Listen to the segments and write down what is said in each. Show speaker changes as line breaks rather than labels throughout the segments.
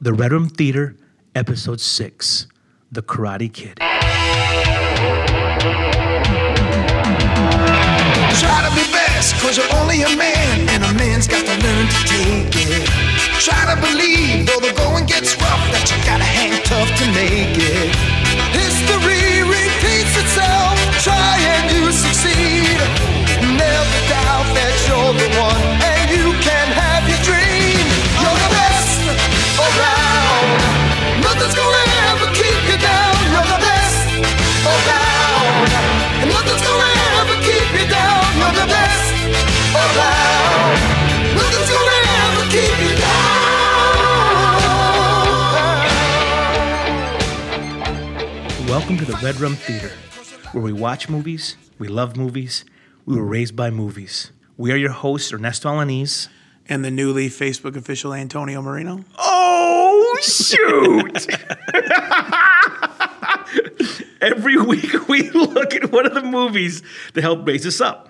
The Red Room Theater, Episode 6 The Karate Kid.
Try to be best, cause you're only a man, and a man's got to learn to take it. Try to believe, though the going gets rough, that you gotta hang tough to make it. History repeats itself, try and you succeed. Never doubt that you're the one, and you can have your dream. You're the best around, nothing's gonna ever keep you down. You're the best around, and nothing's gonna ever keep you down. You're the best around, nothing's gonna ever keep you down.
Welcome to the Red Room Theater, where we watch movies, we love movies, we were raised by movies. We are your hosts, Ernesto Alaniz.
and the newly Facebook official Antonio Marino.
Oh, shoot! Every week we look at one of the movies that helped raise us up.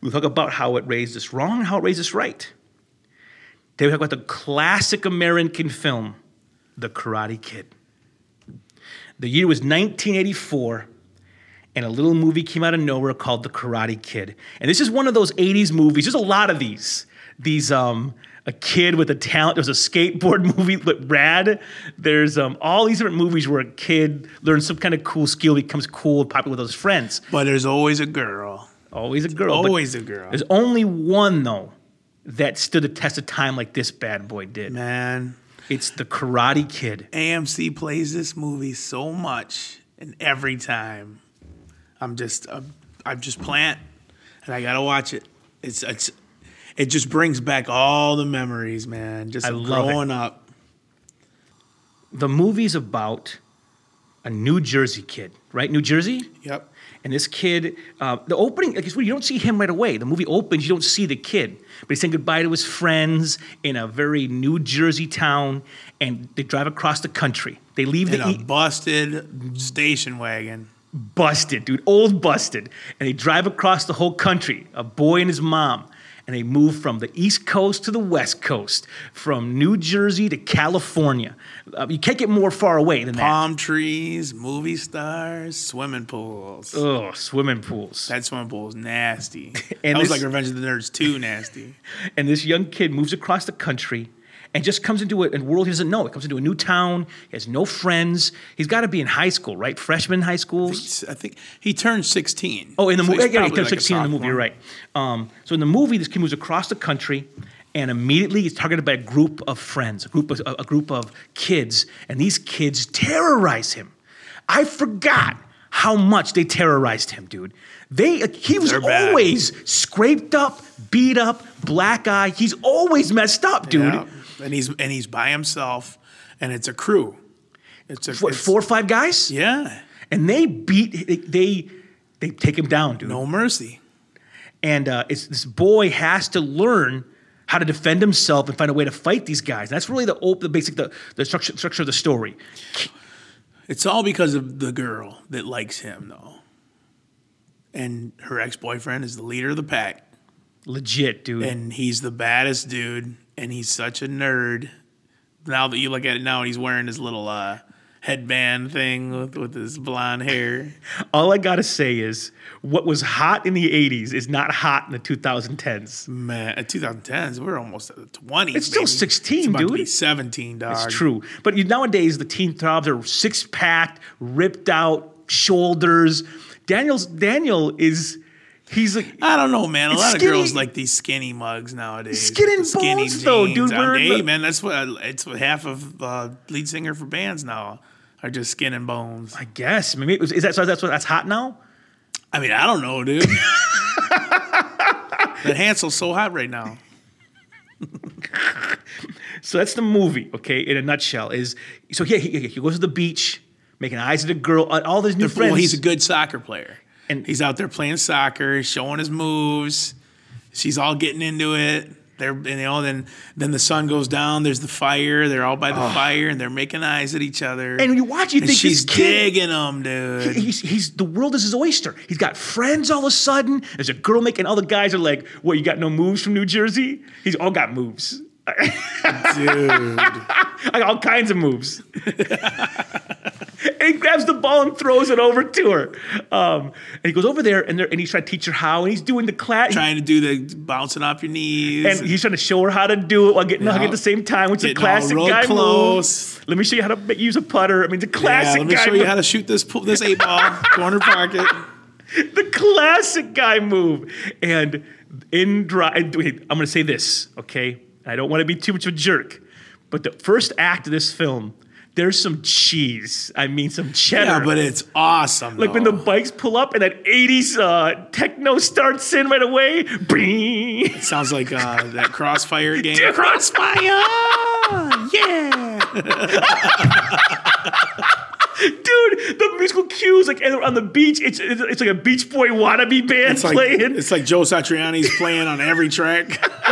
We talk about how it raised us wrong and how it raised us right. Today we talk about the classic American film, The Karate Kid. The year was 1984, and a little movie came out of nowhere called The Karate Kid. And this is one of those 80s movies. There's a lot of these. These, um, a kid with a talent. There's a skateboard movie with Rad. There's um, all these different movies where a kid learns some kind of cool skill, becomes cool, and popular with his friends.
But there's always a girl.
Always a girl. but
Always a girl.
There's only one though that stood the test of time like this bad boy did.
Man,
It's the Karate Kid.
AMC plays this movie so much, and every time, I'm just I'm, I'm just plant, and I gotta watch it. It's it's it just brings back all the memories, man. Just
I
of
love it.
growing up.
The movie's about a New Jersey kid, right? New Jersey.
Yep.
And this kid, uh, the opening, like, it's weird, you don't see him right away. The movie opens, you don't see the kid, but he's saying goodbye to his friends in a very New Jersey town, and they drive across the country. They leave
In
the
a
e-
busted station wagon.
busted, dude, old busted. And they drive across the whole country, a boy and his mom. And they move from the East Coast to the West Coast, from New Jersey to California. Uh, you can't get more far away than that.
Palm trees, movie stars, swimming pools.
Oh, swimming pools.
That swimming pool is nasty.
And
that
this-
was like Revenge of the Nerds 2 nasty.
and this young kid moves across the country and just comes into a, a world he doesn't know. He comes into a new town. He has no friends. He's got to be in high school, right? Freshman in high school.
I think he turned 16.
Oh, in the
So
movie,
he's
yeah, he
probably
turned
like a
16 in the movie. You're
sophomore.
right. Um, so in the movie, this kid moves across the country, and immediately he's targeted by a group of friends, a group of a, a group of kids, and these kids terrorize him. I forgot how much they terrorized him, dude. They uh, he was
They're bad.
always scraped up, beat up, black eye. He's always messed up, dude.
Yeah. And he's and he's by himself, and it's a crew. It's a
What
it's-
four or five guys?
Yeah,
And they beat they. they they take him down, dude.
no mercy.
and uh, it's, this boy has to learn how to defend himself and find a way to fight these guys. That's really the op- the basic the, the structure structure of the story.
It's all because of the girl that likes him, though, and her ex boyfriend is the leader of the pack,
Legit, dude.
and he's the baddest dude, and he's such a nerd. Now that you look at it now, he's wearing his little uh, headband thing with, with his blonde hair.
All I gotta say is, what was hot in the '80s is not hot in the 2010s.
Man, at 2010s, we're almost at the 20s.
It's still
baby.
16,
it's about To be
dude.
17, dog.
It's true, but you, nowadays the teen throbs are six packed, ripped out shoulders. Daniel's Daniel is he's like
I don't know, man. A
It's
lot
skinny-
of girls like these skinny mugs nowadays.
Skin and
The skinny
bones, though, dude.
jeans.
We're in
hey,
the-
man, that's what uh, it's what half of uh, lead singer for bands now are just skin and bones.
I guess maybe it was, is that so that's what that's hot now.
I mean, I don't know, dude. that Hansel's so hot right now.
So that's the movie, okay, in a nutshell. Is so yeah, he, he goes to the beach, making eyes at a girl, uh, all these new friends.
Well, he's a good soccer player,
And-
and he's out there playing soccer, showing his moves. She's all getting into it. They're you know then then the sun goes down. There's the fire. They're all by the fire, and they're making eyes at each other.
and you watch, you
And
think
she's
this kid,
digging him, dude.
he's, he's the world is his oyster. He's got friends all of a sudden. There's a girl making all the guys are like, "What? You got no moves from New Jersey?" He's all got moves.
Dude.
I got all kinds of moves. and he grabs the ball and throws it over to her. Um, and he goes over there and, there and he's trying to teach her how, and he's doing the class.
Trying to do the bouncing off your knees.
And he's trying to show her how to do it while getting a hug
Yeah.
at the same time, which is a
Getting all
classic
real
guy
close.
move. Let me show you how to make- use a putter. I mean, the
yeah,
classic
let me
guy
show
move.
you how to shoot this pool, this eight ball corner pocket.
the classic guy move. And in drive, wait, I'm going to say this, okay? I don't want to be too much of a jerk, but the first act of this film, there's some cheese. I mean, some cheddar.
Yeah, but Oh. it's awesome.
like when
though.
the bikes pull up and that 80s uh, techno starts in right away. Bing!
It sounds like uh, that crossfire game.
Crossfire! uh, Yeah! Dude, the musical cues, like and on the beach, it's, it's, it's like a Beach Boy wannabe band
It's like,
playing.
it's like Joe Satriani's playing on every track.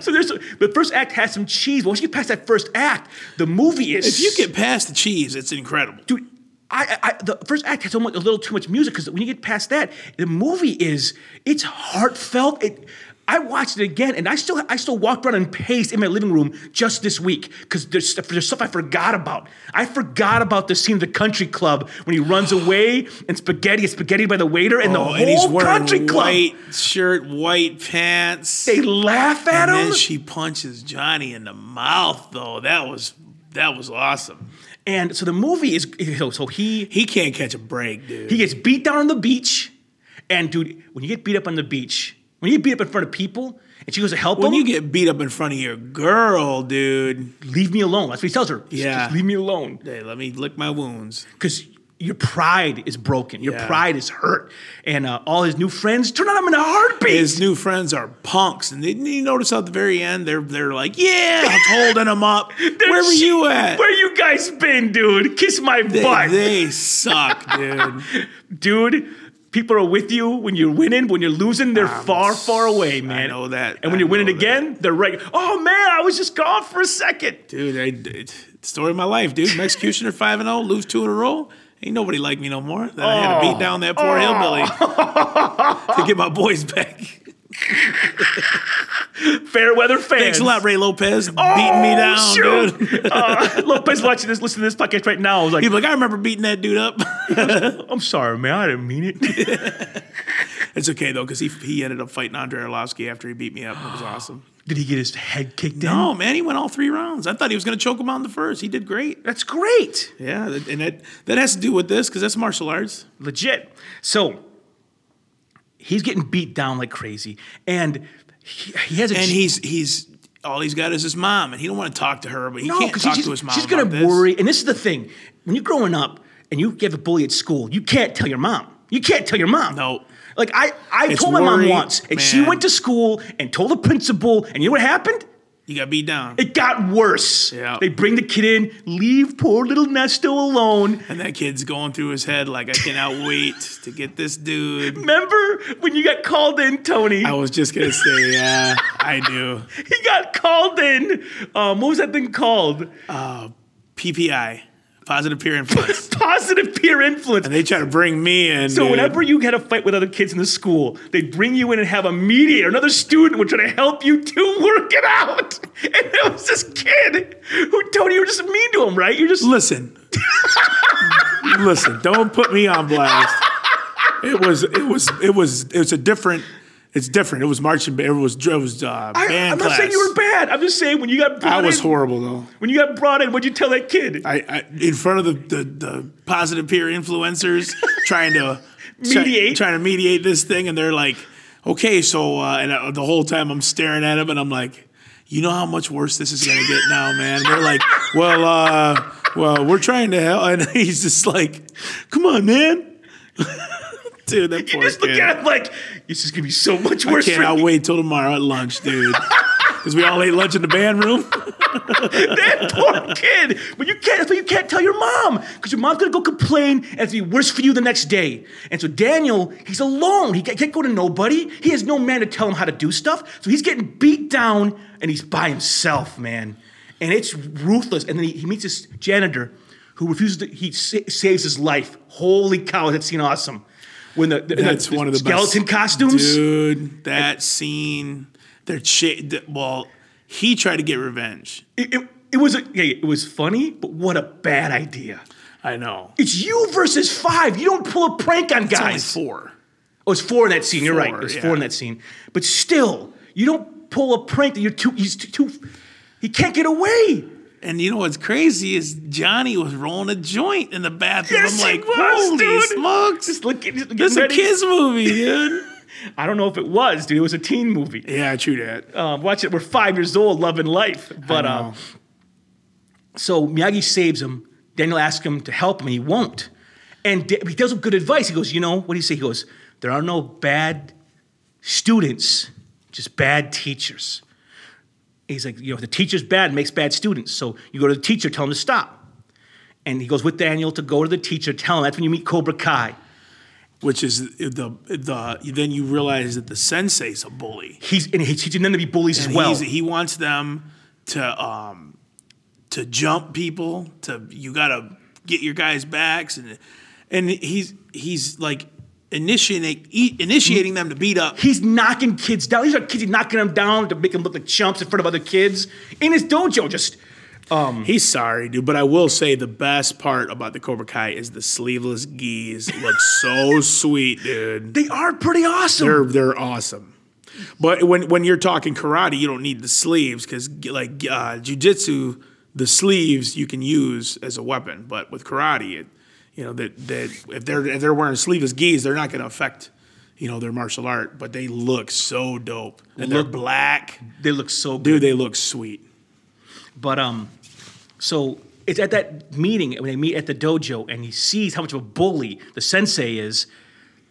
So there's the first act has some cheese. But once you get past that first act, the movie is.
If you get past the cheese, it's incredible.
dude, I, I, I- the first act has almost a little too much music because when you get past that, the movie is it's heartfelt. It, I watched it again, and I still I still walked around and paced in my living room just this week because there's there's stuff I forgot about. I forgot about the scene of the country club when he runs away and spaghetti is spaghetti by the waiter and the
Oh,
whole
and he's wearing
country club.
white shirt, white pants.
They laugh at
and
him.
then she punches Johnny in the mouth, though. That was that was awesome.
and so the movie is so- so he
He can't catch a break, dude.
He gets beat down on the beach, and dude, when you get beat up on the beach, when you get beat up in front of people, and she goes to help
when
him,
you get beat up in front of your girl, dude.
leave me alone. That's what he tells her. Just-
Yeah.
just leave me alone,
Hey, let me lick my wounds.
because your pride is broken, your
Yeah.
pride is hurt, and uh, all his new friends turn on him in a heartbeat.
His new friends are punks, and didn't you notice how at the very end they're they're like, yeah, holding him up. Where were
she-
you at?
Where you guys been, dude? Kiss my
They-
butt,
they suck, dude.
dude. People are with you when you're winning. When you're losing, they're
Ah,
far, far away, man.
know that.
And when
I
you're winning
know that.
again, they're right. Oh man, I was just gone for a second.
dude. I, it- story of my life, dude. I'm executioner five and zero, lose two in a row. Ain't nobody like me no more. Then I had to beat down that poor hillbilly
Oh.
to get my boys back.
Fair weather fans.
Thanks a lot, Ray Lopez, beating
Oh,
me down, dude.
dude. uh, Lopez watching this, listening to this podcast right now. I was like,
He's like, I remember beating that dude up.
I'm sorry, man. I didn't mean it.
it's okay though, because he he ended up fighting Andre Arlovsky after he beat me up. It was awesome.
Did he get his head kicked in?
No, man, he went all three rounds. I thought he was gonna choke him out in the first. He did great.
That's great.
Yeah, that- and that that has to do with this because that's martial arts.
Legit. So he's getting beat down like crazy. And he, he has a.
And he's he's all he's got is his mom, and he don't want to talk to her, but he
no,
can't
because
talk
she's,
to his mom.
she's gonna
about this.
worry. And this is the thing when you're growing up and you get a bully at school, you can't tell your mom. You can't tell your mom.
No.
Like, I, I
It's
told my mom
worry,
once, and she
man.
went to school and told the principal, and you know what happened?
You got beat down.
It got worse.
Yeah.
They bring the kid in, leave poor little Nesto alone.
and that kid's going through his head like, I cannot wait to get this dude.
Remember when you got called in, Tony?
I was just gonna say, yeah, I do.
He got called in. Um, what was that thing called?
PPI, positive peer influence.
Positive peer influence.
And they try to bring me in.
so
dude.
whenever you had a fight with other kids in the school, they bring you in and have a mediator, another student, would try to help you to work it out. And it was this kid who Tony, you were just mean to him, right? You're just
listen, listen, don't put me on blast. It was, it was, it was, it was a different. It's different. It was marching. ba- It was, it was uh,
I,
band
am not
class.
saying you were bad. I'm just saying when you got
I
brought
was
in,
horrible though.
when you got brought in, what'd you tell that kid?
I, I in front of the, the, the positive peer influencers trying to try-
Mediate.
trying to mediate this thing, and they're like, "Okay, so," uh, and I, the whole time I'm staring at them, and I'm like, "You know how much worse this is gonna get now, man." And they're like, "Well, uh, well, we're trying to help," and he's just like, "Come on, man." Dude, that
You
poor
just look
kid.
at him like this is gonna be so much worse. for
Cannot
you.
wait till tomorrow at lunch, dude. Because we all ate lunch in the band room.
that poor kid. But you can't. That's why you can't tell your mom because your mom's gonna go complain, and it's gonna be worse for you the next day. And so Daniel, he's alone. He ca- can't go to nobody. He has no man to tell him how to do stuff. So he's getting beat down, and he's by himself, man. And it's ruthless. And then he, he meets this janitor who refuses to. He sa- saves his life. Holy cow! That scene awesome. When the, the
That's
the
one of the
skeleton
best.
costumes.
dude. That scene, they're cha- th- well, He tried to get revenge.
It, it, it was a, yeah, it was funny, but what a bad idea.
I know.
It's you versus five. You don't pull a prank on
It's only
guys.
four.
Oh, it's four in that scene. you You're right.
Four,
It's
yeah.
four in that scene. But still, you don't pull a prank that you're too. He's too. too he can't get away.
And you know what's crazy is Johnny was rolling a joint in the bathroom.
Yes,
I'm
he
like,
was,
holy
dude.
smokes.
Just look. at- Just
This is
getting
a
ready.
kids movie, dude.
I don't know if it was, dude. It was a teen movie.
yeah, true that.
Um, watch it. We're five years old, loving life. But um, so Miyagi saves him. Daniel asks him to help him, and he won't. And Da- he does some good advice. He goes, you know, what do you say? He goes, there are no bad students, just bad teachers. He's like, you know, if the teacher's bad, it makes bad students. So you go to the teacher, tell him to stop. And he goes with Daniel to go to the teacher, tell him that's when you meet Cobra Kai.
Which is the the then you realize that the sensei's a bully.
He's and he's teaching them to be bullies as well.
He's- he wants them to um to jump people. To you gotta get your guys' backs and and he's he's like initiating e- initiating them to beat up.
He's knocking kids down. These are kids he's knocking them down to make them look like chumps in front of other kids in his dojo. Just
He's sorry, dude, but I will say the best part about the Cobra Kai is the sleeveless geese look so sweet, dude.
they are pretty awesome.
They're they're awesome. But when when you're talking karate, you don't need the sleeves because like uh, jujitsu, the sleeves you can use as a weapon. But with karate, it, you know that that if they're if they're wearing sleeveless gis, they're not going to affect you know their martial art. But they look so dope. And
Look-
they're black,
they look so good.
dude. They look sweet.
But um, so it's at that meeting when they meet at the dojo, and he sees how much of a bully the sensei is.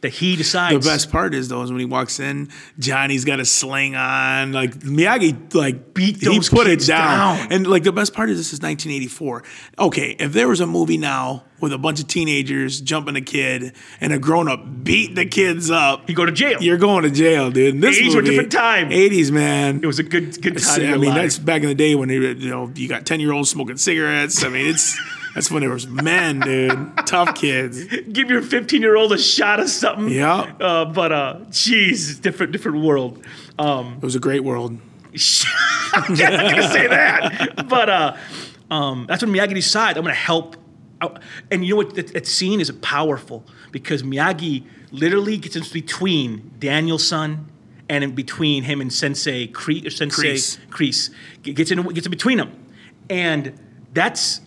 That he
The
decides
best part is though is when he walks in, Johnny's got a sling on. Like Miyagi, like
Beat
he
those
put
kids
it down.
down.
And like the best part is this is 1984. Okay, if there was a movie now with a bunch of teenagers jumping a kid and a grown up beat the kids up,
he go to jail.
you're going to jail, dude. And This
80s were a
movie,
different time.
80s, man.
it was a good good time.
I
to be
mean,
alive.
that's back in the day when they, were, you know you got ten year olds smoking cigarettes. I mean, it's that's when there was men, dude, tough kids.
give your 15 year old a shot of something.
Yeah.
Uh, but uh, jeez, different different world. Um,
It was a great world.
I'm just gonna say that. But uh, um, that's when Miyagi decides I'm gonna help. out." And you know what? That, that scene is powerful because Miyagi literally gets in between Daniel's son and in between him and Sensei Cree or Sensei
Kreese.
Crease gets in gets in between them, and that's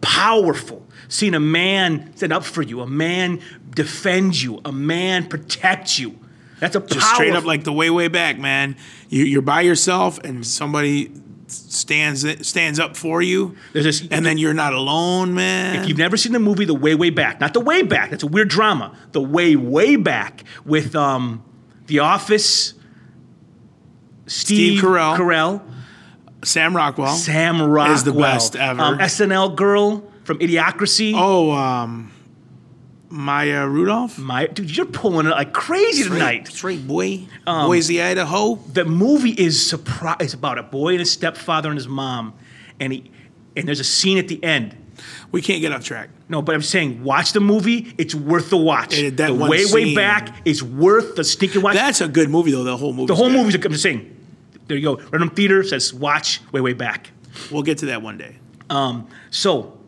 powerful. Seeing a man stand up for you, a man defend you, a man protect you. That's a
just straight up
powerful-
like the way way back man you, you're by yourself and somebody stands stands up for you
There's this-
and then you're not alone man
If you've never seen the movie The Way Way Back, not The Way Back, that's a weird drama. The Way Way Back with um, The Office, Steve,
Carell.
Carell,
sam rockwell
Sam Rockwell,
Is the best ever.
um, SNL girl from Idiocracy.
oh um maya rudolph
My dude, you're pulling it like crazy tonight.
straight boy
Um,
boise idaho
the movie is surprise. It's about a boy and his stepfather and his mom, and he and there's a scene at the end.
we can't get off track
No, but I'm saying watch the movie. It's worth the watch.
Yeah, that
the
one
way way
scene.
back is worth the stinking watch.
that's a good movie though the whole movie
The whole movie's a I'm just saying. There you go. Random Theater says watch way, way back.
we'll get to that one day
Um, so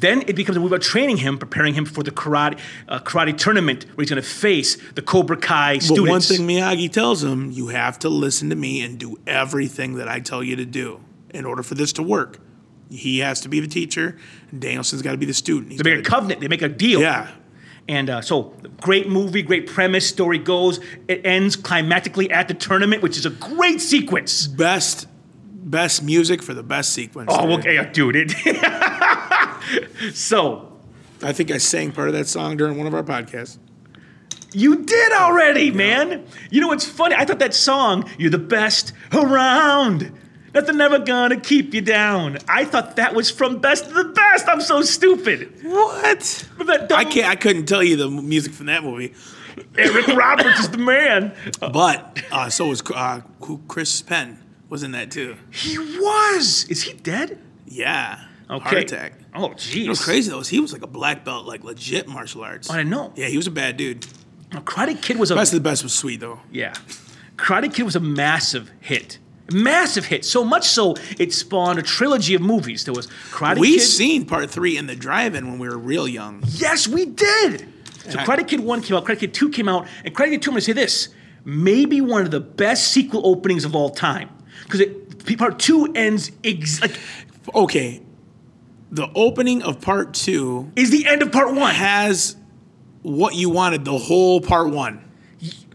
then it becomes a movie about training him, preparing him for the karate uh, karate tournament where he's going to face the Cobra Kai
but
students.
one thing miyagi tells him you have to listen to me and do everything that i tell you to do in order for this to work he has to be the teacher and danielson's got to be the student He's
they make a
gotta-
covenant. They make a deal.
Yeah.
And uh, so, great movie, great premise. Story goes. It ends climactically at the tournament, which is a great sequence.
Best best music for the best sequence.
Oh,
dude.
okay, yeah, dude. It, so
I think I sang part of that song during one of our podcasts.
You did already, man. You know what's funny? I thought that song, You're the Best Around. Nothing ever gonna keep you down. I thought that was from Best of the Best. I'm so stupid.
What?
Remember that
I
dumb-
can't I couldn't tell you the m- music from that movie.
Eric Roberts is the man.
But uh, so was uh, who- Chris Penn was in that too.
He was. Is he dead?
Yeah.
Okay.
Heart attack.
Oh, jeez.
What's crazy though is he was like a black belt, like legit martial arts.
I didn't know.
Yeah, he was a bad dude.
Karate Kid was a
Best of the best was sweet though.
yeah. Karate Kid was a massive hit. Massive hit, so much so it spawned a trilogy of movies. There was Karate
We
Kid.
seen part three in the drive-in when we were real young.
Yes, we did. So
I-
Karate Kid 1 came out, Karate Kid 2 came out, and Karate Kid 2, I'm going to say this, maybe one of the best sequel openings of all time. Because part 2 ends, ex- like,
Okay, the opening of part two
is the end of part 1.
has what you wanted the whole part one.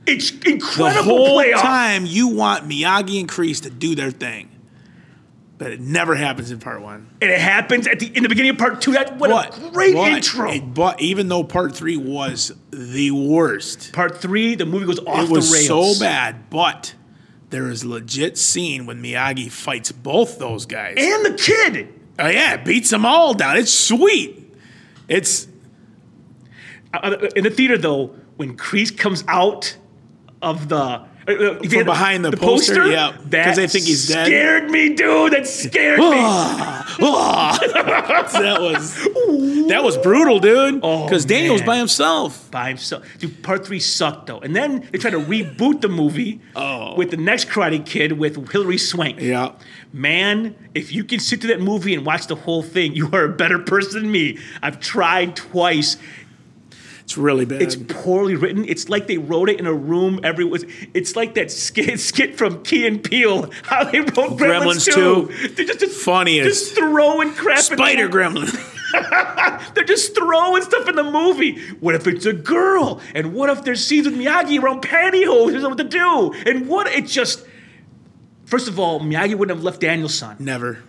It's
The
incredible
whole
playoff.
time you want Miyagi and Kreese to do their thing, but it never happens in part one.
And it happens at the, in the beginning of part 2. That, what, a great
But-
intro.
it- but even though part three was the worst,
part 3, the movie goes off
it was
the rails.
so bad. But there is legit scene when Miyagi fights both those guys.
And the kid.
oh yeah, beats them all down. It's sweet. It's
Uh, in the theater, though, when Kreese comes out of the... uh, From
behind the poster, yeah, 'cause
that
they think he's dead.
Scared me, dude. That scared me.
ah. that was that was brutal, dude.
Oh,
Because Daniel's
man.
by himself.
by himself. Dude, part three sucked though. And then they tried to reboot the movie
Oh.
with the next Karate Kid with Hilary Swank.
Yeah.
Man, if you can sit through that movie and watch the whole thing, you are a better person than me. I've tried twice.
It's really bad.
It's poorly written. It's like they wrote it in a room. Every was. It's like that skit skit from Key and Peele. How they wrote Gremlins,
Gremlins
2. They're just, just
Funniest.
Just throwing crap. at
Spider
the-
Gremlin.
They're just throwing stuff in the movie. What if it's a girl? And what if there's scenes with Miyagi around pantyhose? He doesn't know what to do. And what it just. First of all, Miyagi wouldn't have left Daniel's son.
Never.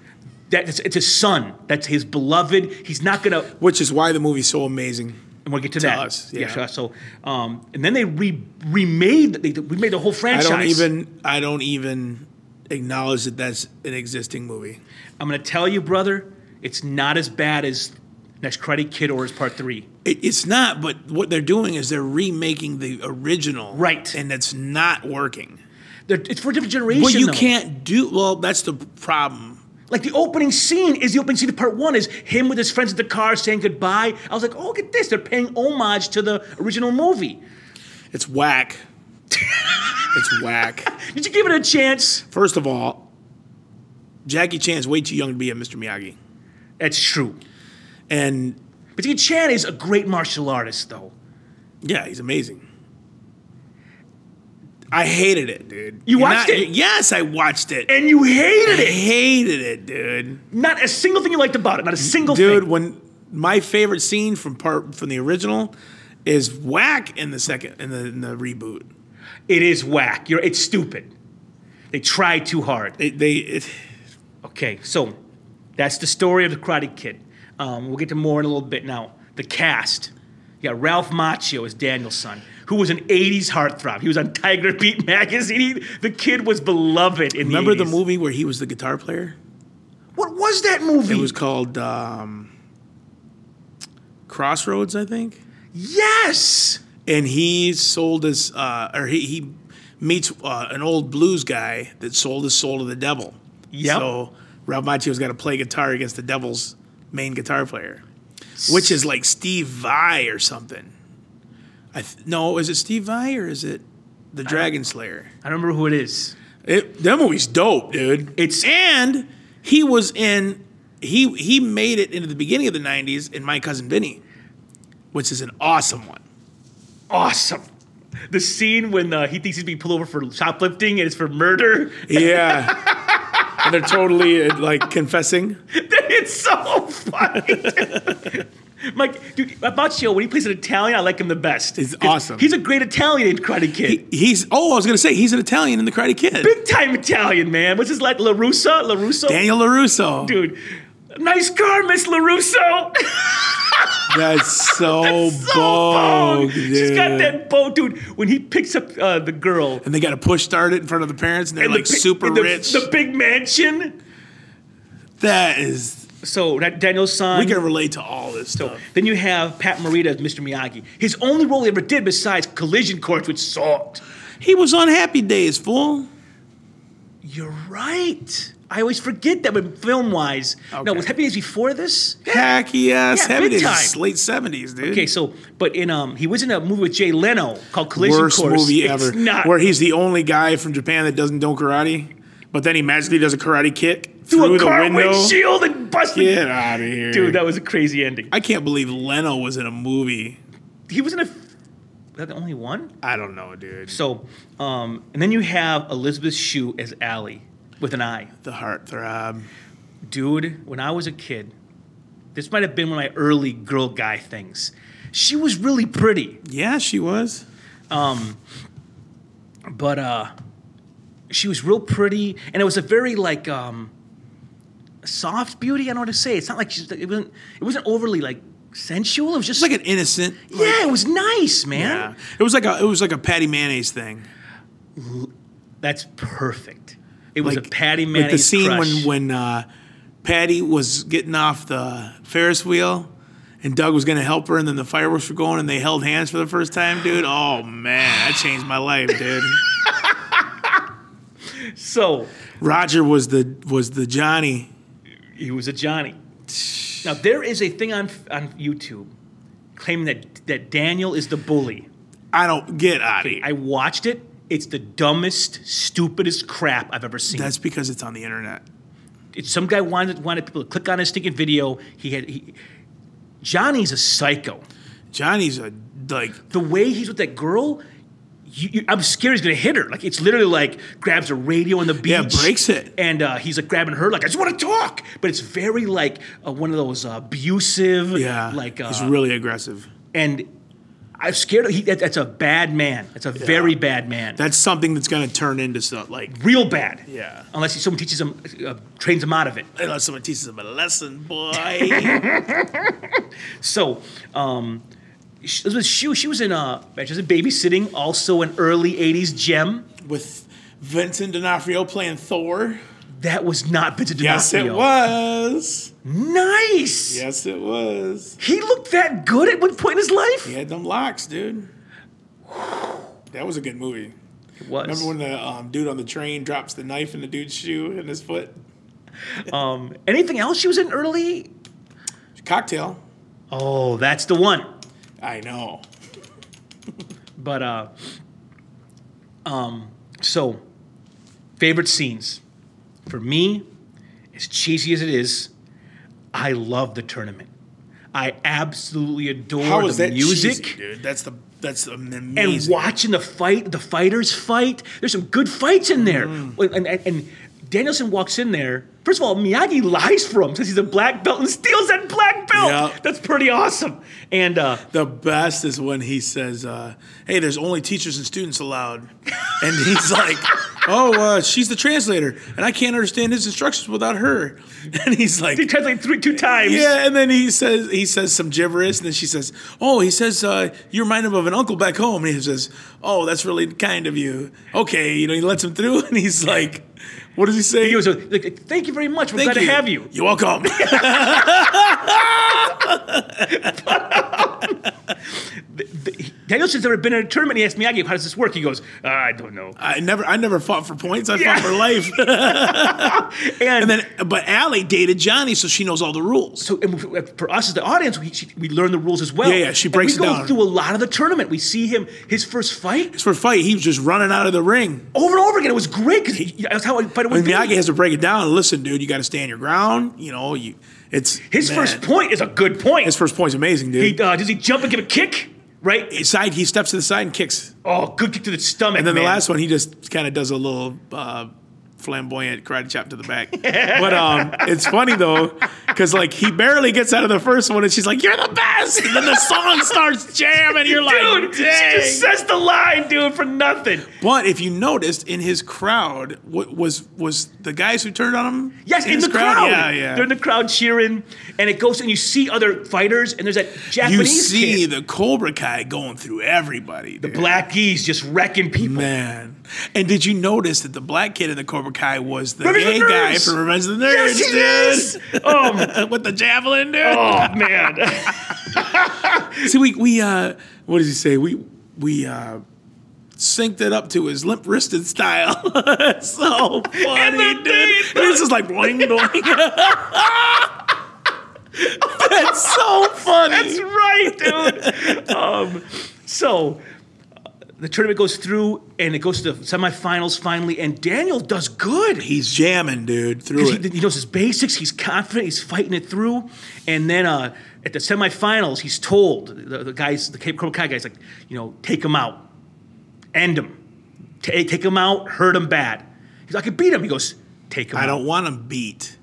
That it's, it's his son. That's his beloved. He's not gonna.
Which is why the movie's so amazing.
And we'll get to, that.
us, yeah.
sure. So, um, and then they re- remade. They remade the whole
I
franchise.
don't even I don't even acknowledge that that's an existing movie.
I'm gonna tell you, brother. It's not as bad as next Karate Kid or as Part Three.
It, it's not, but what they're doing is they're remaking the original,
Right.
And it's not working.
They're, it's for a different generation.
Well, you
though.
can't do. Well, that's the problem.
Like the opening scene is the opening scene of part one is him with his friends at the car saying goodbye. I was like, oh, look at this. They're paying homage to the original movie.
It's whack. it's whack.
Did you give it a chance?
First of all, Jackie Chan's way too young to be a Mr. Miyagi,
That's true.
and
But Jackie Chan is a great martial artist, though.
yeah, he's amazing. I hated it, dude.
You
You're
watched
not-
it?
Yes, I watched it.
And you hated
I
it.
hated it, dude.
Not a single thing you liked about it. Not a single
Dude,
thing.
when my favorite scene from part from the original is whack in the second in the, in the reboot.
It is whack. You're, it's stupid. They try too hard.
They, they it,
Okay, so that's the story of the Karate Kid. Um, we'll get to more in a little bit now. The cast. You got Ralph Macchio as Daniel's son, who was an 80s heartthrob. He was on Tiger Beat magazine. He- the kid was beloved in
remember the
80s.
movie where he was the guitar player?
What was that movie?
It was called um, Crossroads, I think.
yes!
And he sold his uh, or he, he meets uh, an old blues guy that sold his soul to the devil.
Yep.
So Ralph Macchio's got to play guitar against the devil's main guitar player, which is like Steve Vai or something. I th- no, is it Steve Vai or is it the Dragon Slayer?
I don't remember who it is.
It, that movie's dope, dude.
It's-
and he was in he he made it into the beginning of the '90s in My Cousin Vinny, which is an awesome one.
Awesome. The scene when uh, he thinks he's being pulled over for shoplifting and it's for murder.
Yeah, and they're totally uh, like confessing.
it's so funny. dude. Mike, dude, Macchio, when he plays an Italian, I like him the best.
He's
'Cause
awesome.
He's a great Italian in Karate Kid.
He- He's oh, I was gonna say he's an Italian in the Karate Kid.
big time Italian man. What's his like, Larusso? Larusso,
Daniel Larusso.
dude. Nice car, Miss Larusso.
That's so,
Oh,
bold.
she's got that bow, dude. When he picks up uh, the girl,
And they got a push start it in front of the parents, and they're
and the
like
pi-
super
and the-
rich.
the big mansion.
that is,
So that Daniel's son.
we can relate to all this
So
stuff.
then you have Pat Morita as Mr. Miyagi. His only role he ever did besides Collision Course, which sucked.
He was on Happy Days, fool.
You're right. I always forget that, but film wise, no,
Okay.
was Happy Days before this?
Heck yes,
Yeah,
Happy
big
Days
time.
is late seventies, dude.
Okay, so but in um, he was in a movie with Jay Leno called Collision
Worst
Course.
movie
It's
ever.
Not
Where he's the only guy from Japan that doesn't do karate. But then he magically does a karate kick
Through,
through
a
the
cartwheel
window.
shield and busted.
Get out of here,
Dude, that was a crazy ending.
I can't believe Leno was in a movie.
He was in a. Was that the only one?
I don't know, dude.
So, um, and then you have Elizabeth Shue as Allie with an eye.
The heartthrob.
Dude, when I was a kid, this might have been one of my early girl guy things. She was really pretty,
Yeah, she was.
but uh, she was real pretty, and it was a very like um, soft beauty. I don't know what to say. It's not like she's, it wasn't. It wasn't overly like sensual. It was just
It's like an innocent. like-
yeah, it was nice, man.
yeah. It was like a it was like a patty mayonnaise thing.
That's perfect. It was
like
a Patty
like
Mayonnaise
the scene
crush.
when when uh, Patty was getting off the Ferris wheel, and Doug was gonna help her, and then the fireworks were going, and they held hands for the first time, dude. Oh man, that changed my life, dude.
so
Roger was the was the Johnny.
he was a Johnny. Now there is a thing on on YouTube claiming that that Daniel is the bully.
I don't get out of here.
I watched it. It's the dumbest, stupidest crap I've ever seen.
That's because it's on the internet.
It's some guy wanted wanted people to click on his stinking video. He had he, Johnny's a psycho.
Johnny's a like
The way he's with that girl. You, you, I'm scared he's gonna hit her. Like it's literally like grabs a radio on the beach,
Yeah, breaks it.
and uh, he's like grabbing her. Like I just want to talk, but it's very like uh, one of those uh, abusive.
yeah,
like uh,
he's really aggressive.
and I'm scared. He, that, that's a bad man. That's a very bad man.
That's something that's gonna turn into stuff like
real bad.
Yeah.
Unless he- someone teaches him, uh, trains him out of it.
unless someone teaches him a lesson, boy.
So, um, she, Elizabeth Shue, she was in uh, she was in babysitting, also an early '80s gem.
With Vincent D'Onofrio playing Thor.
That was not Vincent
Yes,
D'Onofrio.
it was.
Nice.
Yes, it was.
He looked that good at one point in his life.
He had them locks, dude. That was a good movie.
It was.
Remember when the um, dude on the train drops the knife in the dude's shoe in his foot?
um, anything else she was in early?
Cocktail.
Oh, that's the one.
I know.
But uh, um, so favorite scenes for me, as cheesy as it is, I love the tournament. I absolutely adore
How
the
was that
music
cheesy, dude? That's the that's amazing.
and watching the fight, the fighters fight. There's some good fights in there.
Mm.
And, and, and Danielson walks in there. First of all, Miyagi lies for him, says he's a black belt and steals that black belt.
Yeah.
That's pretty awesome. And uh,
The best is when he says, uh, "Hey, there's only teachers and students allowed," and he's like, "Oh, uh, she's the translator, and I can't understand his instructions without her." And he's like,
he tries like three, two times.
"Yeah," and then he says he says some gibberish, and then she says, "Oh, he says uh, you remind him of an uncle back home," and he says, "Oh, that's really kind of you." Okay, you know, he lets him through, and he's like, "What does he say?"
He was like, thank you very much. We're
Thank
glad to have you.
You're welcome.
Danielson's never been in a tournament. He asked Miyagi, how does this work? He goes, "Uh, I don't know.
I never, I never fought for points. I
Yeah.
fought for life.
And,
And then, but Allie dated Johnny, so she knows all the rules.
so and for- for us as the audience, we, she, we learn the rules as well.
Yeah, yeah, she
And
breaks it
we go
down.
through a lot of the tournament. We see him, his first fight,
For a fight, he was just running out of the ring.
over and over again. It was great because that's how I fight
When
with
Miyagi has to break it down, listen, dude, you got to stand your ground. You know, you it's
His
man,
first point is a good point.
His first point's amazing, dude.
he, uh, does he jump and give a kick? Right?
He, side, he steps to the side and kicks,
Oh, good kick to the stomach.
and then the
man.
last one, he just kind of does a little uh, flamboyant karate chop to the back. but um, it's funny though, because like he barely gets out of the first one, and she's like, "You're the best," and then the song starts jamming. You're like,
Dude, she
"Dang."
just says the line, dude, for nothing.
But if you noticed in his crowd, what was was the guys who turned on him?
Yes, in,
his
the crowd.
Yeah, yeah.
They're in the crowd cheering, and it goes, and you see other fighters, and there's that Japanese
you see
kid.
the Cobra Kai going through everybody. The
Black geese just wrecking people.
man. And did you notice that the black kid in the Cobra Kai was the
Revenge of
gay
the
guy
Nerds!
from Revenge of the Nerds,
Yes, he is. Um,
dude? With the javelin, dude.
oh man,
See, we we uh, what does he say? We we uh. Synced it up to his limp wristed style. so funny,
then
dude.
they-
And it's just like boing boing. That's so funny.
that's right, dude. Um, so uh, the tournament goes through and it goes to the semifinals finally, and Daniel does good.
He's jamming, dude, through
Because
it.
he, he knows his basics. He's confident. He's fighting it through. And then uh, at the semifinals, he's told the, the guys, the Cape Coral Kai guys, like, you know, take him out, end him, Ta- take him out, hurt him bad. He's like, I can beat him. He goes, take him.
I
out.
don't want him beat.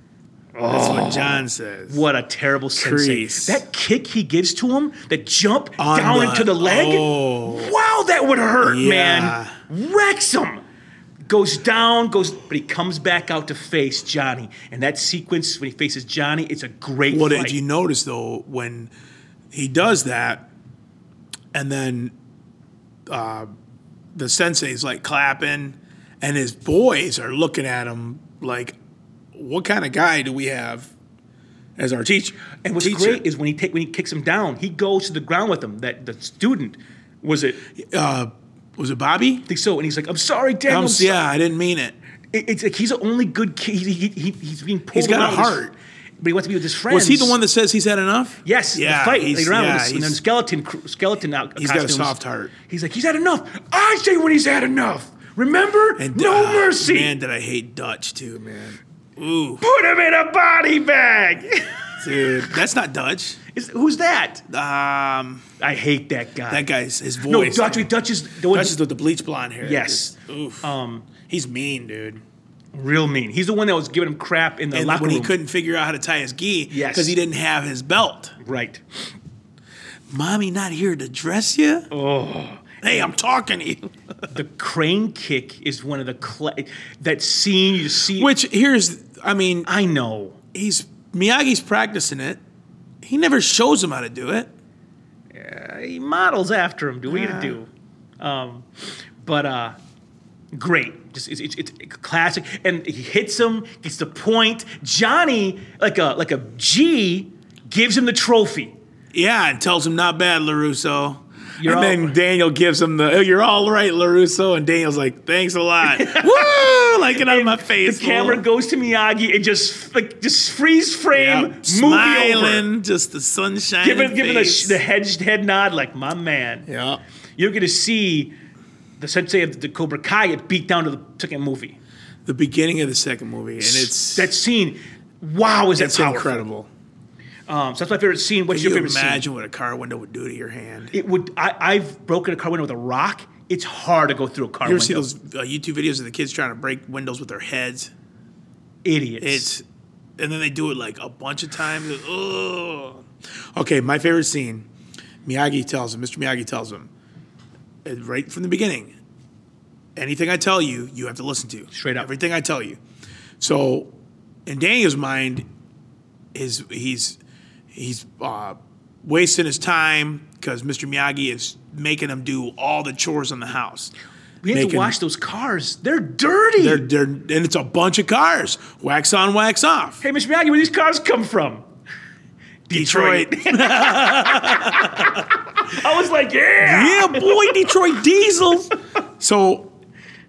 That's
Oh.
what John says.
What a terrible
Crease.
sensation! That kick he gives to him, that jump
On
down
the-
into the leg.
oh.
Wow, that would hurt,
Yeah.
man. Wrecks him. Goes down, goes, but he comes back out to face Johnny. And that sequence when he faces Johnny, it's a great
What
fight.
did you notice though when he does that, and then uh, the sensei's like clapping, and his boys are looking at him like, "What kind of guy do we have as our teacher?"
and what's
teacher?
great is when he take when he kicks him down, he goes to the ground with him. That the student was it? I
uh, was it Bobby?
think so. And he's like, "I'm sorry, Daniel.
Um,
I'm sorry."
yeah, I didn't mean it.
It- it's like he's the only good kid. He, he, he- he's being pulled.
He's got a
around with his-
heart.
but he wants to be with his friends.
Was he the one that says he's had enough?
Yes, in
Yeah,
the fight
he's-
later on
yeah,
with his,
he's-
and skeleton cr- skeleton out.
He's got a
costumes.
soft heart.
He's like, he's had enough. I say when he's had enough. Remember,
And,
no
uh,
mercy.
Man, did I hate Dutch too, man. Ooh,
Put him in a body bag.
dude, that's not Dutch.
Is- who's that?
Um,
I hate that guy.
that guy's his voice.
no, Dutch. wait, Dutch is the one.
Dutch is with the bleach blonde hair.
Yes.
Just, oof. Um, he's mean, dude.
real mean. He's the one that was giving him crap in the
And
locker
when he
room.
couldn't figure out how to tie his gi,
Yes.
because he didn't have his belt.
right.
Mommy, not here to dress you. Oh, hey, I'm talking to you.
The crane kick is one of the cla that scene you see.
Which here's, I mean,
I know.
he's Miyagi's practicing it. He never shows him how to do it.
he models after him. Do we gonna do? Um, but uh, great. Just it's, it's, it's classic. And he hits him, gets the point. Johnny, like a like a G, gives him the trophy.
Yeah, and tells him not bad, Larusso.
You're
and
all
then
right.
Daniel gives him the oh, "You're all right, Larusso," and Daniel's like, "Thanks a lot." Woo! Like it on my face.
The camera
fool.
goes to Miyagi and just like just freeze frame,
Yep.
movie over.
smiling, just the sunshine.
Giving giving the, the head head nod like my man.
yeah.
You're gonna see the sensei of the Cobra Kai get beat down to the second movie.
The beginning of the second movie, and it's
that scene. Wow, is that
it's
powerful?
incredible.
Um, so that's my favorite scene. What's
Can
your
you
favorite scene?
imagine what a car window would do to your hand?
It would. I, I've broken a car window with a rock. It's hard to go through a car
You ever
window.
see those uh, YouTube videos of the kids trying to break windows with their heads?
idiots?
It's and then they do it like a bunch of times. Ugh. Okay, my favorite scene. Miyagi tells him, Mr. Miyagi tells him, uh, right from the beginning, anything I tell you, you have to listen to.
Straight up.
Everything I tell you. So in Daniel's mind, is he's he's uh, wasting his time because Mr. Miyagi is making him do all the chores in the house.
we have to
making-
wash those cars. They're dirty.
They're, they're, and it's a bunch of cars. Wax on, wax off.
hey, Mr. Maggie, where these cars come from?
Detroit.
I was like, yeah.
yeah, boy, Detroit Diesel. So,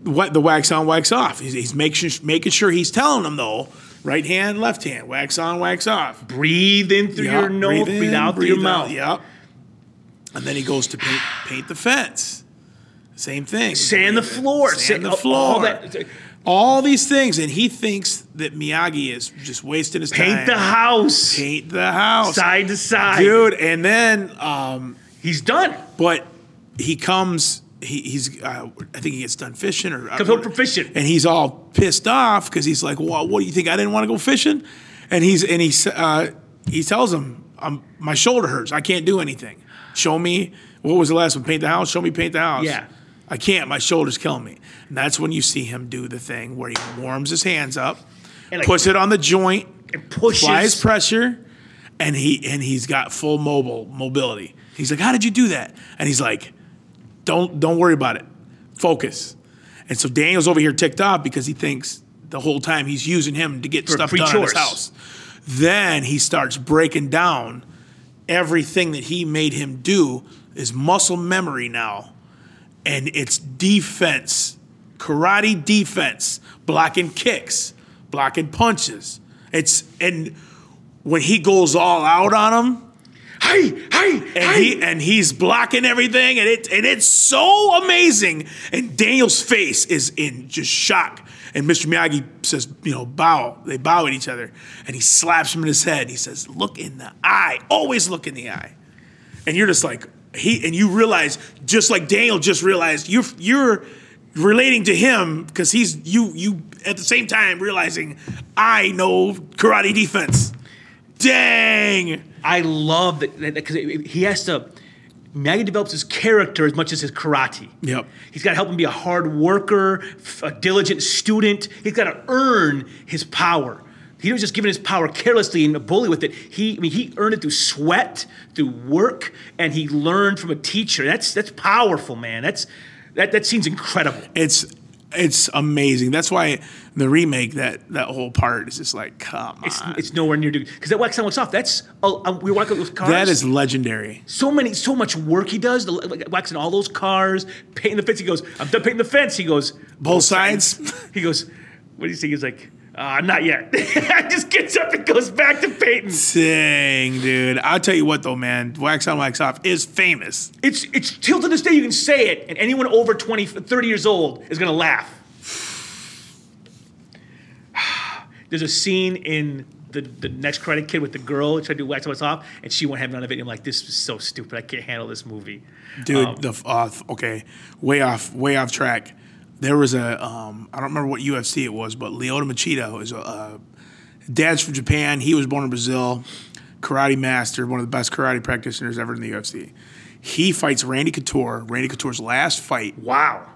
what the wax on, wax off. He's, he's making sure, making sure he's telling them though. Right hand, left hand, wax on, wax off.
Breathe in through
Yeah,
your nose, breathe,
in,
out through your
breathe out,
mouth.
Yep. And then he goes to paint, paint the fence. Same thing.
Sand the floor.
Sand the
all-
floor.
All that.
All these things, and he thinks that Miyagi is just wasting his time.
Paint the house.
Paint the house,
Side to side.
dude. And then um,
He's done.
but he comes. He, he's, uh, I think he gets done fishing or
Comes home from fishing.
and he's all pissed off because he's like, "Well, what do you think? I didn't want to go fishing," and he's and he's uh, he tells him, um "My shoulder hurts. I can't do anything. Show me what was the last one? Paint the house. Show me paint the house.
Yeah.
I can't. My shoulders kill me." And that's when you see him do the thing where he warms his hands up,
And, like,
puts it on the joint,
And pushes.
applies Oh, pressure, and he and he's got full mobile mobility. He's like, "How did you do that?" And he's like, "Don't don't worry about it. Focus." And so Daniel's over here ticked off because he thinks the whole time he's using him to get
For
stuff
free
done in his
chores.
house. Then he starts breaking down everything that he made him do is muscle memory now, and it's defense, karate defense, blocking kicks, blocking punches. It's and when he goes all out on him,
hi, hi,
and
hi.
he and he's blocking everything, and it and it's so amazing. And Daniel's face is in just shock. And Mr. Miyagi says, you know, bow. They bow at each other, and he slaps him in his head. He says, "Look in the eye. Always look in the eye." And you're just like he, and you realize just like Daniel just realized you're you're relating to him because he's you you at the same time realizing I know karate defense. Dang.
I love that because he has to. Maggie develops his character as much as his karate.
Yep.
He's got to help him be a hard worker, f- a diligent student. He's got to earn his power. He was just given his power carelessly and a bully with it. He, I mean, he earned it through sweat, through work, and he learned from a teacher. That's that's powerful, man. That's that that seems incredible.
it's it's amazing. That's why the remake that that whole part is just like come on.
It's, it's nowhere near because that wax on wax off. That's oh, um, we were walking with cars.
that is legendary.
so many, so much work he does, the, like, waxing all those cars, painting the fence. He goes, I'm done painting the fence. He goes,
Both sides.
he goes, what do you think? He's like, uh, not yet. just gets up and goes back to painting.
Dang, dude. I'll tell you what though, man. Wax on, wax off is famous.
It's it's till to this day you can say it, and anyone over 20, 30 years old is gonna laugh. There's a scene in the, the next credit kid with the girl trying to do wax on wax off, and she won't have none of it. And I'm like, this is so stupid. I can't handle this movie.
dude the f- uh, f- okay way off way off track there was a um, i don't remember what ufc it was but leota machida is a uh, dad's from japan he was born in brazil karate master one of the best karate practitioners ever in the ufc he fights randy couture randy couture's last fight
Wow.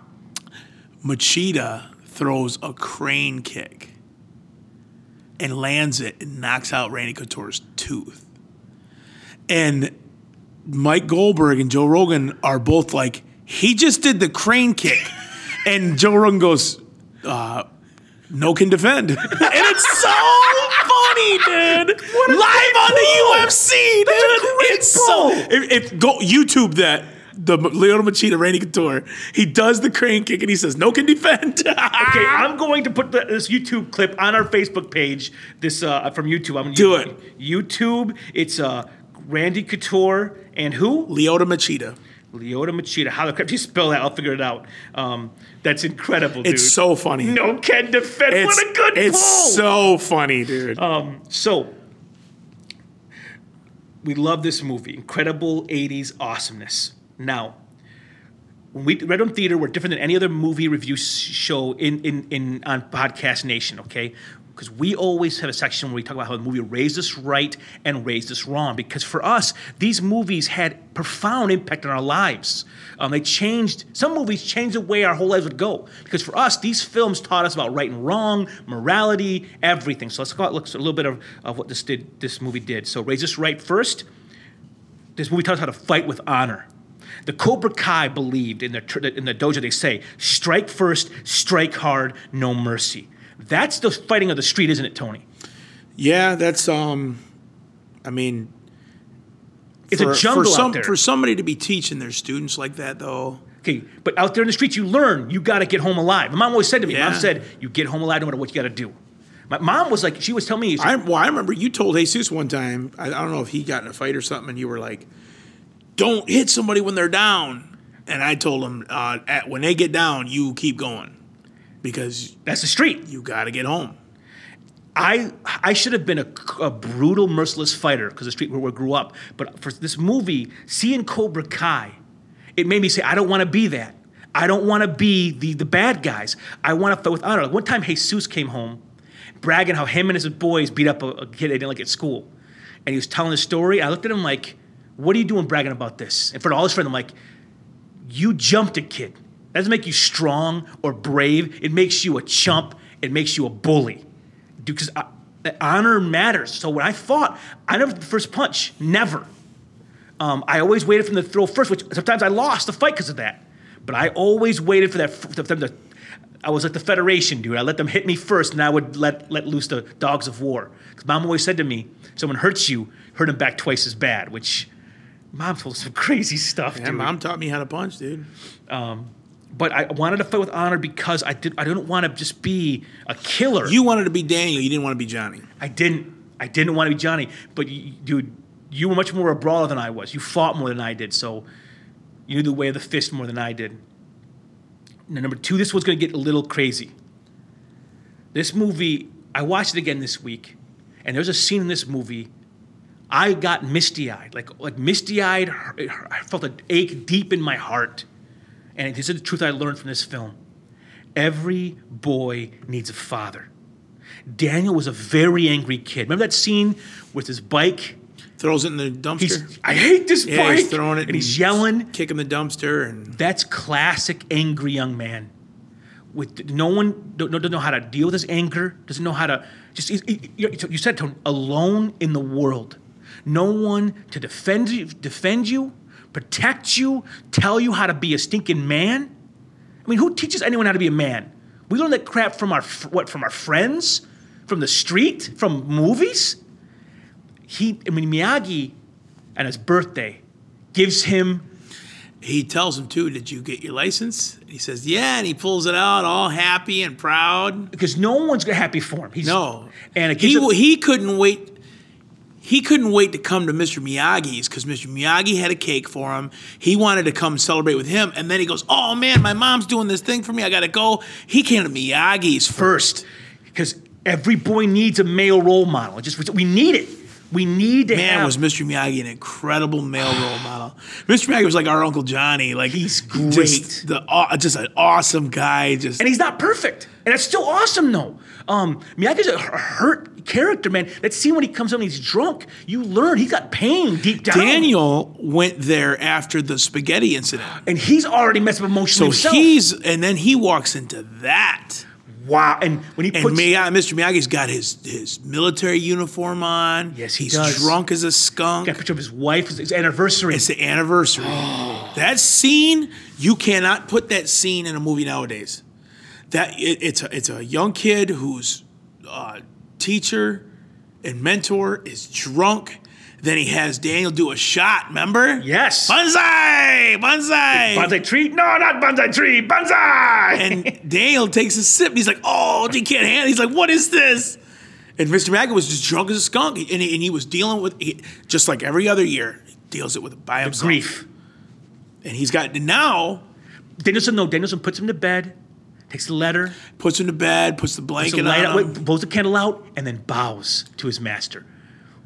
machida throws a crane kick and lands it and knocks out randy couture's tooth and Mike Goldberg and Joe Rogan are both like, he just did the crane kick. and Joe Rogan goes, uh, no can defend. and it's so funny, dude. Live on the UFC, dude. it's so. If, if go YouTube that. The Leona Machida, Randy Couture, he does the crane kick and he says, "No can defend."
Okay,
Ah.
I'm going to put the, this YouTube clip on our Facebook page. This uh, from YouTube. I'm gonna
Do
use- YouTube. It's uh, Randy Couture and who?
Leota Machida.
Leota Machida. How the crap do you spell that? I'll figure it out. Um, that's incredible, dude.
It's so funny.
no can defend.
it's,
what a good Uh,
It's
pull.
so funny, dude.
So we love this movie, incredible 80s awesomeness. Now, when we Red Room Theater, we're different than any other movie review s- show in in, in on Podcast Nation, okay? Because we always have a section where we talk about how the movie raised us right and raised us wrong. Because for us, these movies had profound impact on our lives. Um, they changed some movies changed the way our whole lives would go. Because for us, these films taught us about right and wrong, morality, everything. So let's go out, look a little bit of, of what this did. This movie did. So raise us right first. This movie taught us how to fight with honor. The Cobra Kai believed in the tr- in the dojo. They say, "Strike first, strike hard, no mercy." That's the fighting of the street, isn't it, Tony?
yeah, that's um, I mean,
It's a jungle
for some,
out there.
For somebody to be teaching their students like that, though,
okay, but out there in the streets, you learn you got to get home alive. My mom always said to me,
Yeah.
"Mom said you get home alive no matter what you got to do." My mom was like, she was telling me,
I well, I remember you told Jesus one time. I, I don't know if he got in a fight or something, and you were like, "Don't hit somebody when they're down." And I told him, uh, at, "When they get down, you keep going because
"That's the street."
you got to get home."
I I should have been a, a brutal, merciless fighter because the street where we grew up. But for this movie, seeing Cobra Kai, it made me say, I don't want to be that. I don't want to be the the bad guys. I want to fight with honor. Like one time, Jesus came home, bragging how him and his boys beat up a, a kid they didn't like at school, and he was telling his story. I looked at him like, What are you doing bragging about this? In front of all his friends, I'm like, you jumped a kid. That doesn't make you strong or brave. It makes you a chump. It makes you a bully. Because uh, honor matters. So when I fought, I never took the first punch. Never. Um, I always waited for them to throw first, which sometimes I lost the fight because of that. But I always waited for that f- for them to. I was like the Federation, dude. I let them hit me first, and I would let let loose the dogs of war. Because mom always said to me, "Someone hurts you, hurt them back twice as bad." Which, mom told some crazy stuff,
Yeah,
dude.
mom taught me how to punch, dude.
but I wanted to fight with honor because I did. I didn't want to just be a killer.
You wanted to be Daniel, you didn't want to be Johnny.
I didn't. I didn't want to be Johnny. But you, dude, you were much more a brawler than I was. You fought more than I did, so you knew the way of the fist more than I did. Now, number two, this was going to get a little crazy. This movie, I watched it again this week, and there's a scene in this movie. I got misty eyed, like like misty eyed. I felt an ache deep in my heart, and this is the truth I learned from this film. Every boy needs a father. Daniel was a very angry kid. Remember that scene with his bike?
Throws it in the dumpster.
He's, I hate this
yeah,
bike.
he's throwing it
and he's yelling.
kicking the dumpster, and
That's classic angry young man. With no one don't, don't know how to deal with his anger. Doesn't know how to just. he- he- you you said to him, alone in the world, no one to defend you, defend you, protect you, tell you how to be a stinking man. I mean, who teaches anyone how to be a man? We learn that crap from our f- what from our friends, from the street, from movies. He, I mean, Miyagi, on his birthday, gives him
he tells him too, "Did you get your license?" And he says, "Yeah," and he pulls it out, all happy and proud.
because no one's happy for him. He's,
No,
and it gives
he
him-
wa- he couldn't wait. He couldn't wait to come to Mr. Miyagi's because Mr. Miyagi had a cake for him. He wanted to come celebrate with him, and then he goes, "Oh man, my mom's doing this thing for me. I gotta go." He came to Miyagi's first.
because every boy needs a male role model. It Just we need it. We need to
Man,
have.
was Mr. Miyagi an incredible male role model? Mr. Miyagi was like our Uncle Johnny. Like
He's
Just,
great.
the, aw- just an awesome guy. Just
and he's not perfect, and that's still awesome though. Um, Miyagi's a h- hurt character, man. That scene when he comes up and he's drunk, you learn he's got pain deep down.
Daniel went there after the spaghetti incident.
and he's already messed up emotionally
So
himself.
he's and then he walks into that.
wow. And when he
And
puts
Miyagi, Mr. Miyagi's got his his military uniform on.
Yes, he
he's
does.
drunk as a skunk.
got a picture of his wife, his, his anniversary.
It's the anniversary. that scene, you cannot put that scene in a movie nowadays. That it, it's a, it's a young kid whose uh, teacher and mentor is drunk. Then he has Daniel do a shot. Remember?
Yes.
Bonsai, bonsai.
Bonsai tree? No, not bonsai tree. Bonsai.
And Daniel takes a sip. And he's like, "Oh, he can't handle." it." He's like, "What is this?" And Mr. Maggot was just drunk as a skunk, and he, and he was dealing with he, just like every other year. He deals it with by himself.
grief.
and he's got now
Danielson, no. Danielson puts him to bed, takes the letter,
puts him to bed, puts the
puts the
blanket
light
on
out,
him.
wait, blows the candle out, and then bows to his master.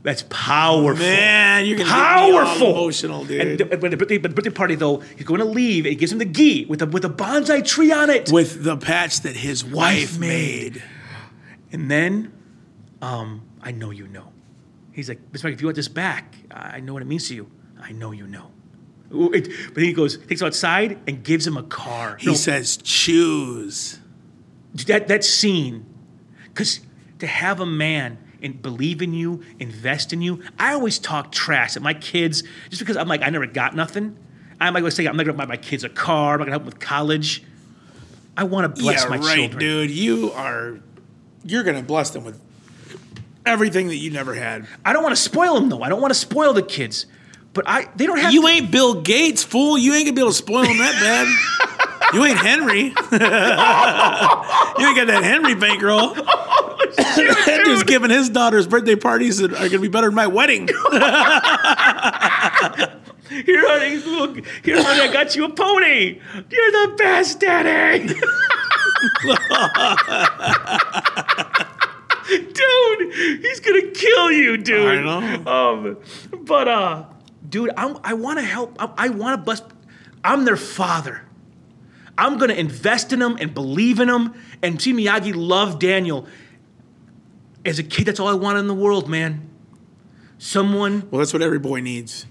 That's powerful.
Man, you're gonna get me all
powerful,
emotional, dude.
And th- but the birthday, but the birthday party though, he's going to leave. It gives him the gi with a with a bonsai tree on it.
with the patch that his wife made.
And then, um, I know you know. He's like, Miss Mike, if you want this back, I I know what it means to you. I know you know. Ooh, it- but then he goes, takes him outside and gives him a car.
He says, "Choose."
that that scene, because to have a man and believe in you, invest in you. I always talk trash at my kids just because I'm like I never got nothing. I'm like, let's say I'm not gonna buy my kids a car. I'm not gonna help them with college. I want to bless
yeah,
my
right,
children.
dude. You are, you're gonna bless them with everything that you never had.
I don't want to spoil them though. I don't want to spoil the kids. But I they don't have
You
to-
ain't Bill Gates, fool. You ain't gonna be able to spoil him that bad. You ain't Henry. you ain't got that Henry bankroll. that dude's giving his daughter's birthday parties that are gonna be better than my wedding.
Here, honey, look. Here, honey, I got you a pony. You're the best, Daddy. dude, he's gonna kill you, dude.
I know.
Um, but uh, dude, I'm, I want to help. I, I want to bless. I'm their father. I'm gonna invest in them and believe in them. And see, Miyagi loved Daniel. As a kid, that's all I wanted in the world, man. Someone
Well, that's what every boy needs.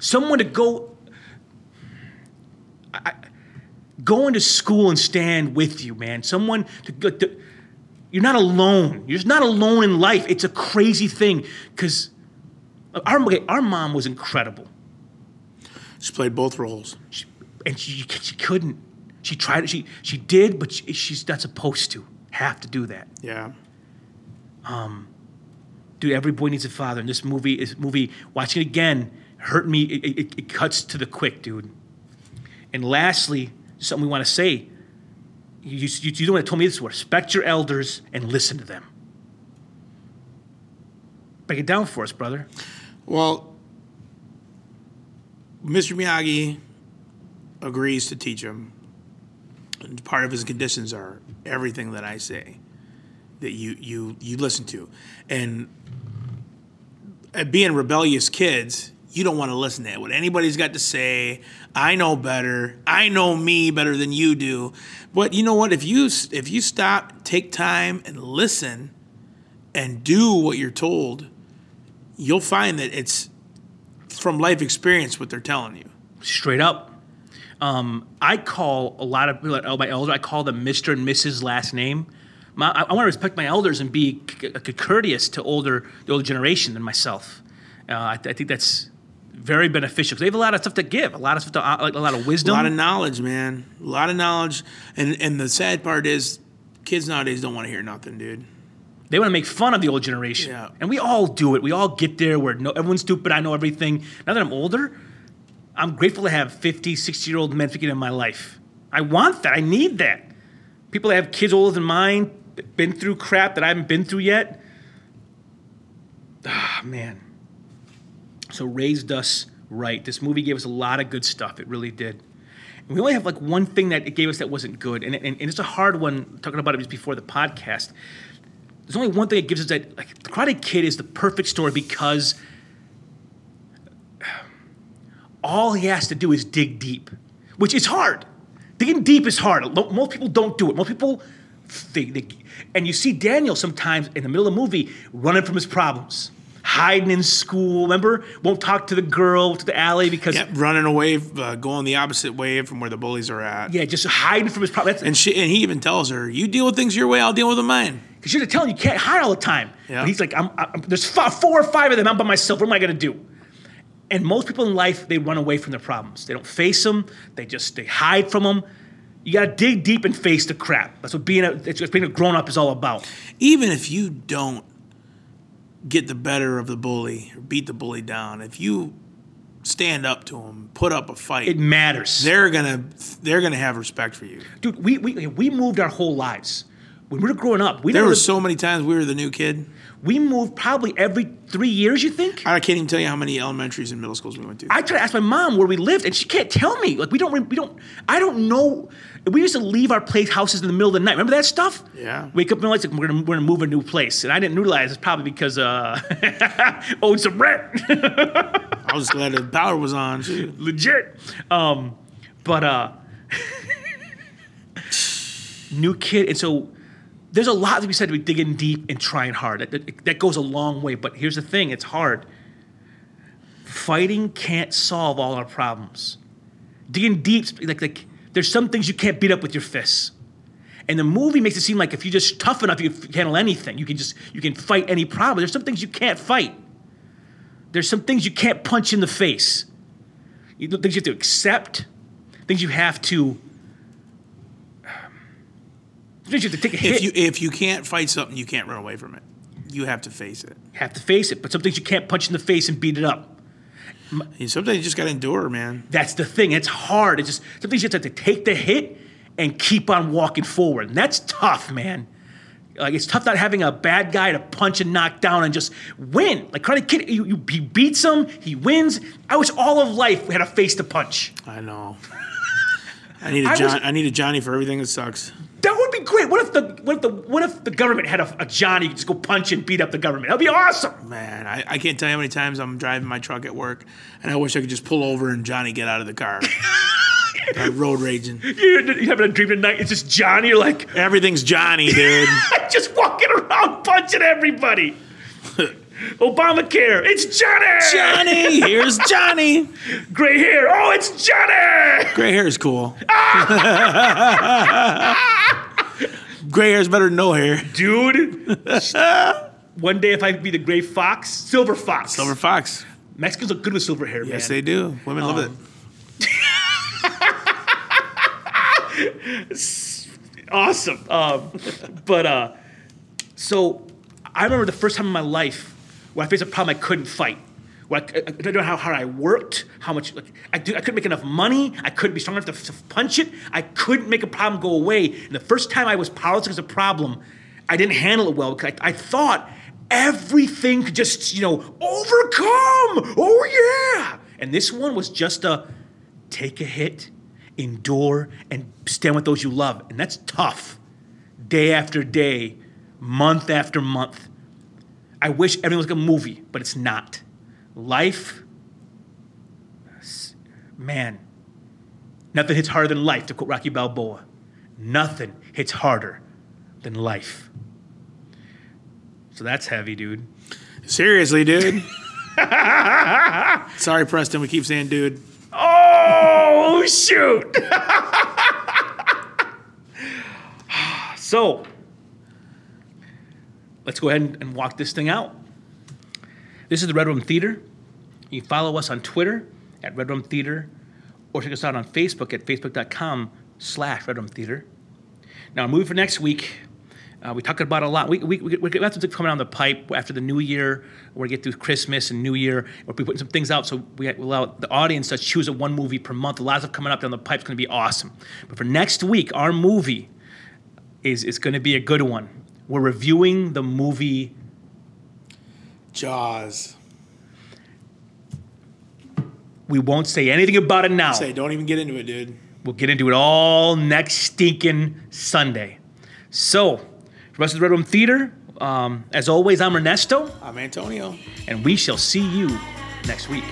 someone to go I- I- going to school and stand with you man someone to, go- to you're not alone you're just not alone in life it's a crazy thing because our, okay, our mom was incredible
She played both roles.
she, and she, she couldn't she tried she she did but she, she's not supposed to have to do that
Yeah.
dude every boy needs a father and this movie is movie watching it again hurt me it, it- it, it cuts to the quick dude and lastly something we want to say you, you, you don't want to tell me this respect your elders and listen to them break it down for us brother
Well, Mr. Miyagi agrees to teach him. And part of his conditions are everything that I say that you you you listen to, and uh, being rebellious kids, you don't want to listen to what anybody's got to say. I know better. I know me better than you do. But you know what? If you s- if you stop, take time and listen, and do what you're told, you'll find that it's from life experience what they're telling you.
straight up. Um, I call a lot of people that are my elder. I call them Mister and Mrs. Last name. My, I, want to respect my elders and be c- c- courteous to older the older generation than myself. Uh, I, th- I think that's very beneficial 'cause they have a lot of stuff to give, a lot of stuff to, uh, like a lot of
A
wisdom.
lot of knowledge, man. A lot of knowledge, and and the sad part is, kids nowadays don't want to hear nothing, dude.
they want to make fun of the old generation,
Yeah.
and we all do it. We all get there where no everyone's stupid. I know everything. Now that I'm older, I'm grateful to have 50, 60 year old men figure in my life. I want that. I need that. People that have kids older than mine, been through crap that I haven't been through yet. Ah, man. So raised us right. This movie gave us a lot of good stuff. It really did. And we only have like one thing that it gave us that wasn't good, and, and, and it's a hard one. Talking about it just before the podcast, there's only one thing it gives us that like, the Karate Kid is the perfect story because all he has to do is dig deep, which is hard. Digging deep is hard. Lo- Most people don't do it. Most people, they, they, and you see Daniel sometimes in the middle of a movie running from his problems, hiding in school. Remember, won't talk to the girl to the alley because
Yeah, running away, uh, going the opposite way from where the bullies are at.
yeah, just hiding from his problems.
And she, and he even tells her, "You deal with things your way, I'll deal with them mine."
Because you're telling you can't hide all the time.
Yeah.
But he's like, I'm, I'm, there's fi- four or five of them. I'm by myself. What am I going to do? And most people in life, they run away from their problems. They don't face them. They just they hide from them. You got to dig deep and face the crap. That's what being a it's what being a grown up is all about.
Even if you don't get the better of the bully or beat the bully down, if you stand up to him, put up a fight,
It matters.
they're gonna they're gonna have respect for you.
Dude, we, we we moved our whole lives. When we were growing up, we
There
never-
were so many times we were the new kid.
we moved probably every three years. You think?
I can't even tell you how many elementaries and middle schools we went to.
I try to ask my mom where we lived, and she can't tell me. Like we don't, we don't, I don't know. We used to leave our place houses in the middle of the night. Remember that stuff?
Yeah.
Wake up and realize like, we're gonna we're gonna move a new place, and I didn't realize it's probably because uh owed some rent,
I was glad the power was on. too.
legit. Um, but uh, new kid, and so there's a lot to be said to be digging deep and trying hard. That, that, that goes a long way. But here's the thing: it's hard. Fighting can't solve all our problems. Digging deep, like like there's some things you can't beat up with your fists. And the movie makes it seem like if you're just tough enough, you can handle anything. You can just you can fight any problem. There's some things you can't fight. There's some things you can't punch in the face. You, things you have to accept. Things you have to. um, Things you have to take a hit.
If you if you can't fight something, you can't run away from it. You have to face it.
have to face it. But some things you can't punch in the face and beat it up.
And sometimes you just gotta endure, man.
That's the thing. It's hard. It's just some things you just have to take the hit and keep on walking forward. And that's tough, man. Like it's tough not having a bad guy to punch and knock down and just win. Like Karate Kid, you, you, he beats him, he wins. I wish all of life we had a face to punch.
I know. I need a
I
John.
was-
I need a Johnny for everything that sucks.
That would be great. What if the what if the what if the government had a, a Johnny just go punch and beat up the government? That'd be awesome.
Man, I, I can't tell you how many times I'm driving my truck at work, and I wish I could just pull over and Johnny get out of the car. i road raging.
You're, you're having a dream tonight. It's just Johnny. You're like
Everything's Johnny, dude.
just walking around punching everybody. Obamacare, it's Johnny.
Johnny, here's Johnny.
Gray hair, oh, it's Johnny.
Gray hair is cool. Gray hair is better than no hair.
Dude, one day if I could be the gray fox, silver fox.
Silver Fox.
Mexicans look good with silver hair,
Yes,
man.
they do. Women love it.
awesome. Um, but uh, so I remember the first time in my life where I faced a problem I couldn't fight. Where I, I, I don't know how hard I worked, how much like, I do. I couldn't make enough money. I couldn't be strong enough to, to punch it. I couldn't make a problem go away. And the first time I was powerless against a problem, I didn't handle it well because I, I thought everything could just you know overcome. Oh yeah. And And this one was just a take a hit, endure, and stand with those you love. And that's tough. Day after day, month after month. I wish everything was like a movie, but it's not. Life, s- man, nothing hits harder than life, to quote Rocky Balboa. Nothing hits harder than life. So that's heavy, dude.
Seriously, dude. Sorry, Preston. We keep saying, dude.
Oh shoot! so let's go ahead and, and walk this thing out. This is the Red Room Theater. You can follow us on Twitter at Red Room Theater, or check us out on Facebook at facebook.com slash Red Room Theater. Now, our movie for next week, uh, we talked about a lot. We, we, we, we got some things coming down the pipe after the new year. We're going to get through Christmas and New Year. We'll be putting some things out so we allow the audience to choose a one movie per month. A lot of stuff coming up down the pipe is going to be awesome. But for next week, our movie is, is going to be a good one. We're reviewing the movie
Jaws.
We won't say anything about it now.
Say, don't even get into it, dude.
We'll get into it all next stinking Sunday. So, for us at the Red Room Theater, um, as always, I'm Ernesto,
I'm Antonio.
and we shall see you next week.